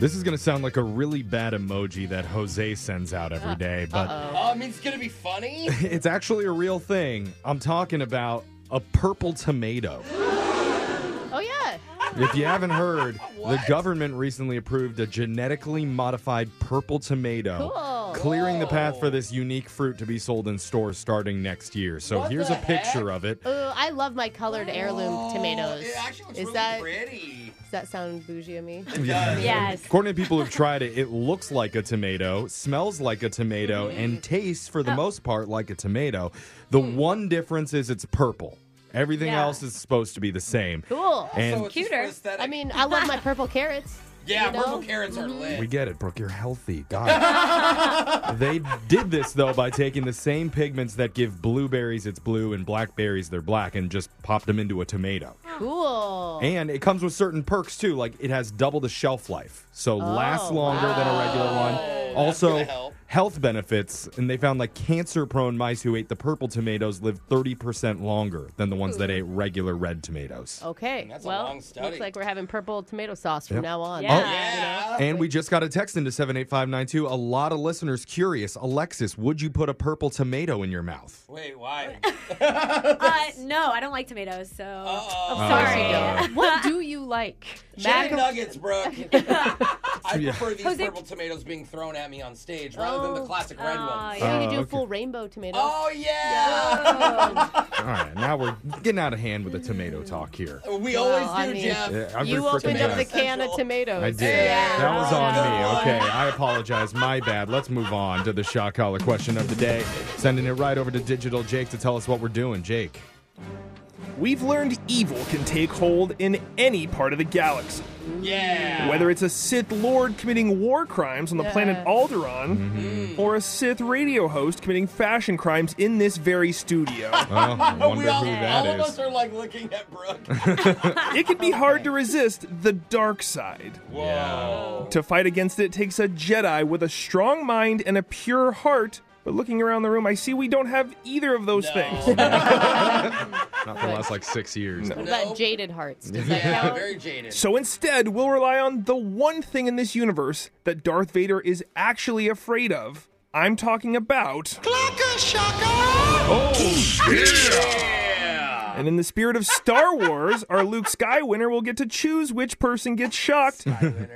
This is going to sound like a really bad emoji that Jose sends out Uh, every day, but Oh, I mean, it's gonna be funny. it's actually a real thing. I'm talking about a purple tomato. Oh yeah. If you haven't heard, the government recently approved a genetically modified purple tomato, Cool. clearing the path for this unique fruit to be sold in stores starting next year. So What here's the a picture of it. Ooh, I love my colored heirloom tomatoes. Oh, It actually looks Is really that pretty. does that sound bougie of me? Yes. According to people who've tried it, it looks like a tomato, smells like a tomato, Mm-hmm. and tastes, for Oh. the most part, like a tomato. The one difference is it's purple. Everything Mm. Yeah. else is supposed to be the same. Cool. And So it's just Cuter. for aesthetic. I mean, I love my purple carrots. yeah, you know? Mm-hmm. purple carrots are lit. We get it, Brooke. You're healthy. God. they did this, though, by taking the same pigments that give blueberries its blue and blackberries their black and just popped them into a tomato. Cool. And it comes with certain perks, too. Like it has double the shelf life, Oh, so lasts longer than a regular one. gonna Also, help. health benefits. And they found like cancer prone mice who ate the purple tomatoes lived 30% longer than the ones that ate regular red tomatoes. Okay. That's a well, long study. looks like we're having purple tomato sauce from Yep. now on. Yeah. yeah. And we just got a text into 78592. A lot of listeners curious. Alexis, would you put a purple tomato in your mouth? Wait, why? Uh, no, I don't like tomatoes, so Uh-oh. Oh, I'm sorry. Uh, What do you like? Macaroni- Chicken nuggets, Brooke. I Yeah. prefer these Jose- purple tomatoes being thrown at me on stage rather than the Oh. classic red Oh, ones. yeah. You need to do Oh, a okay. full rainbow tomato. Oh yeah. All right, now we're getting out of hand with the tomato talk here. We Well, always do, I mean- Jeff. Yeah, I'm you pretty opened freaking up the mad. can of Essential. tomatoes. I did. That was on Oh. me. Okay, I apologize. My bad. Let's move on to the shot collar question of the day. Sending it right over to Digital Jake to tell us what we're doing. Jake. We've learned evil can take hold in any part of the galaxy. Yeah. Whether it's a Sith Lord committing war crimes on the planet Alderaan, or a Sith radio host committing fashion crimes in this very studio, Oh, I wonder we all, who all that of us is. are like looking at Brooke. it can be hard to resist the dark side. Whoa. To fight against it takes a Jedi with a strong mind and a pure heart. But looking around the room, I see we don't have either of those things. Not for the last like six years. What about Nope. jaded hearts? Does that Yeah, count? very jaded. So instead, we'll rely on the one thing in this universe that Darth Vader is actually afraid of. I'm talking about. Oh, yeah. And in the spirit of Star Wars, our Luke Skywinner will get to choose which person gets shocked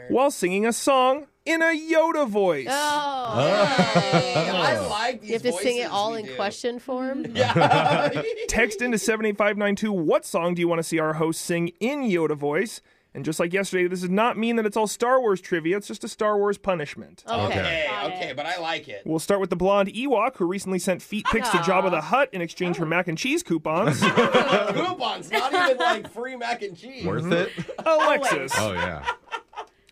while singing a song in a Yoda voice. Oh. Hey, I like these You have to sing it voices all we in do. question form. Yeah. Text into 78592 what song do you want to see our host sing in Yoda voice? And just like yesterday, this does not mean that it's all Star Wars trivia, it's just a Star Wars punishment. Okay. Okay. Hey, okay, but I like it. We'll start with the blonde Ewok, who recently sent feet pics to Jabba the Hutt in exchange for mac and cheese coupons. Oh, Coupons, Uh, not even like free mac and cheese. Worth it? Alexis. Oh, yeah.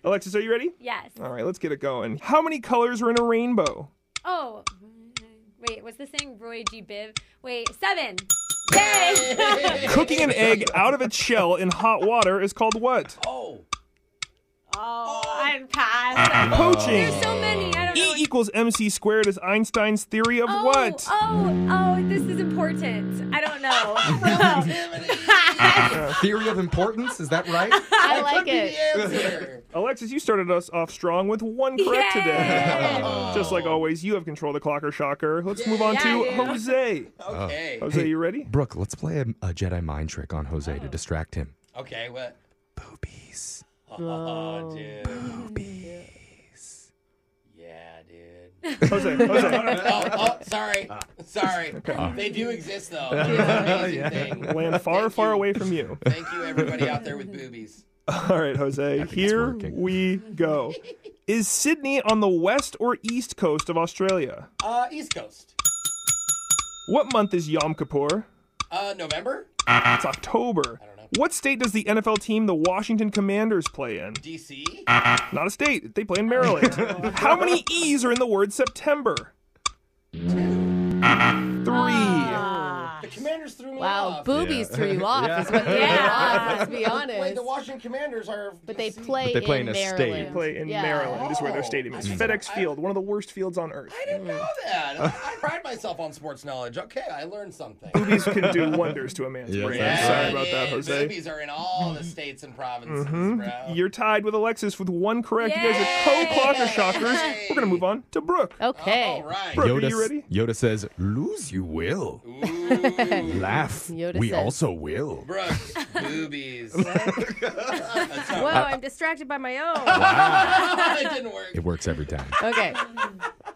Alexis, are you ready? Yes. All right, let's get it going. How many colors are in a rainbow? Oh, wait, what's the saying? Roy G. Biv. Wait, seven. Yay! Cooking an egg out of its shell in hot water is called what? Oh. Oh, I'm passed. Poaching. There's so many. I don't know. E equals MC squared is Einstein's theory of Oh, what? Oh, oh, this is important. I don't know. Theory of importance, is that right? I like it. The answer. Alexis, you started us off strong with one correct Yay! today. Just like always, you have control of the clock or shocker. Let's move on Yeah, to I do. Jose. Okay. Jose, Hey. you ready? Brooke, let's play a, a Jedi mind trick on Jose to distract him. Okay, what? Boobies. Oh, dude. Yeah, dude. Jose, Jose. Oh, oh sorry. Ah. Sorry. They do exist, though. It's an amazing thing. Land far, Thank far you. away from you. Thank you, everybody out there with boobies. All right, Jose, here working. we go. Is Sydney on the west or east coast of Australia? Uh, East Coast. What month is Yom Kippur? Uh, November? It's October. What state does the NFL team the Washington Commanders play in? DC? Ah. Not a state. They play in Maryland. How many E's are in the word September? Three. The Commanders threw me Wow, off. boobies Yeah. threw you off Yeah. is what threw you Yeah. off, let's be honest. Wait, the Washington Commanders are. but they see, play, But they play in a state. Maryland. They Play in Yeah. Maryland is where their Oh. stadium is. I- FedEx I- Field, one of the worst fields on earth. I didn't know that. I pride myself on sports knowledge. Okay, I learned something. Boobies can do wonders to a man's Yes, brain. I'm I'm Yeah, sorry it about that, is. Jose. Mm-hmm. Boobies are in all the states and provinces, bro. You're tied with Alexis with one correct. You guys are Yay! co-clocker shockers. We're gonna move on to Brooke. Okay. All right. Bro- Brooke, are Yoda, you s- ready? Yoda says, "Lose you will. Ooh, Laugh. Yoda we says- also will." Brooks, boobies. Whoa, I'm distracted by my own. it didn't work. It works every time. Okay.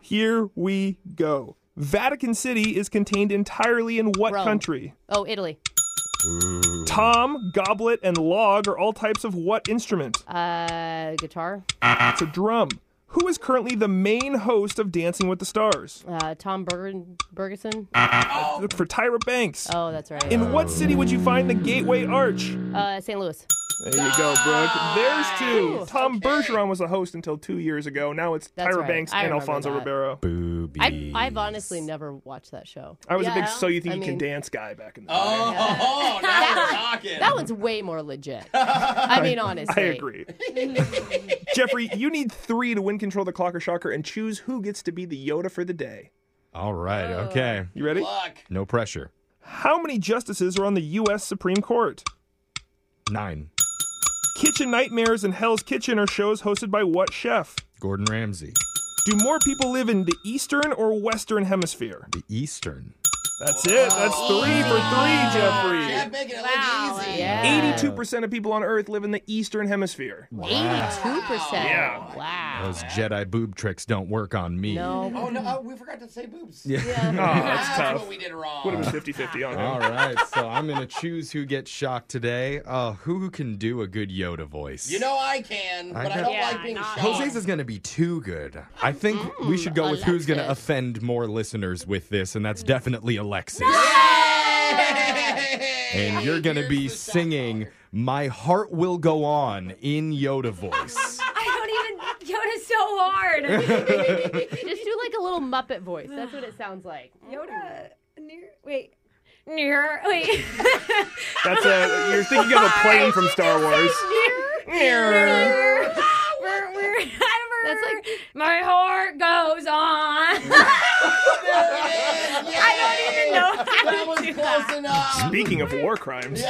Here we go. Vatican City is contained entirely in what Rome. country? Oh, Italy. Tom, goblet, and log are all types of what instrument? Uh, guitar. It's a drum. Who is currently the main host of Dancing with the Stars? Uh, Tom Berger- Bergeson. Ah. Look for Tyra Banks. Oh, that's right. In what city would you find the Gateway Arch? Uh, St. Louis. There you go, Brooke. Ah. There's two. Tom Bergeron was a host until two years ago. Now it's That's Tyra right. Banks I and remember Alfonso that. Ribeiro. Boobies. I, I've honestly never watched that show. I was a big Yeah. "So You Think I You Can mean- Dance" guy back in the day. Oh, now we're talking. That one's way more legit. I mean, I honestly. agree. Mm-hmm. Jeffrey, you need three to win control of the clocker shocker and choose who gets to be the Yoda for the day. All right. Oh. Okay. You ready? Luck. No pressure. How many justices are on the U.S. Supreme Court? Nine. Kitchen Nightmares and Hell's Kitchen are shows hosted by what chef? Gordon Ramsay. Do more people live in the Eastern or Western Hemisphere? The Eastern. That's it. That's three for three, Jeffrey. Jeff making it Wow, look easy. Yeah. 82% of people on Earth live in the Eastern Hemisphere. 82%. Yeah. Wow. Those Jedi boob tricks don't work on me. No. Oh, no, oh, we forgot to say boobs. Oh, that's That's tough. what we did wrong. Would have been 50 50 on All him. right, so I'm gonna choose who gets shocked today. Uh, who can do a good Yoda voice? You know I can, but I, know. don't Yeah, like being not- shocked. Jose's is gonna be too good. I think we should go with who's gonna Mm, Alexis. offend more listeners with this, and that's definitely Alexis. And you're gonna be Here's the sound singing collar. "My Heart Will Go On" in Yoda voice. I don't even. Yoda's so hard. Just do like a little Muppet voice. That's what it sounds like. Yoda. Near. Wait. Near. Wait. That's a, you're thinking of a plane from Star Wars. we're, we're, That's That's like- like my heart goes on. I I don't even know how that was close enough. Speaking of war crimes,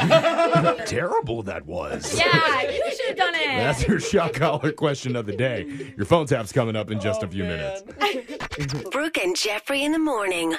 Terrible that was. yeah, you should have done it. That's your shock collar question of the day. Your phone tap's coming up in just a few minutes. Brooke and Jeffrey in the morning.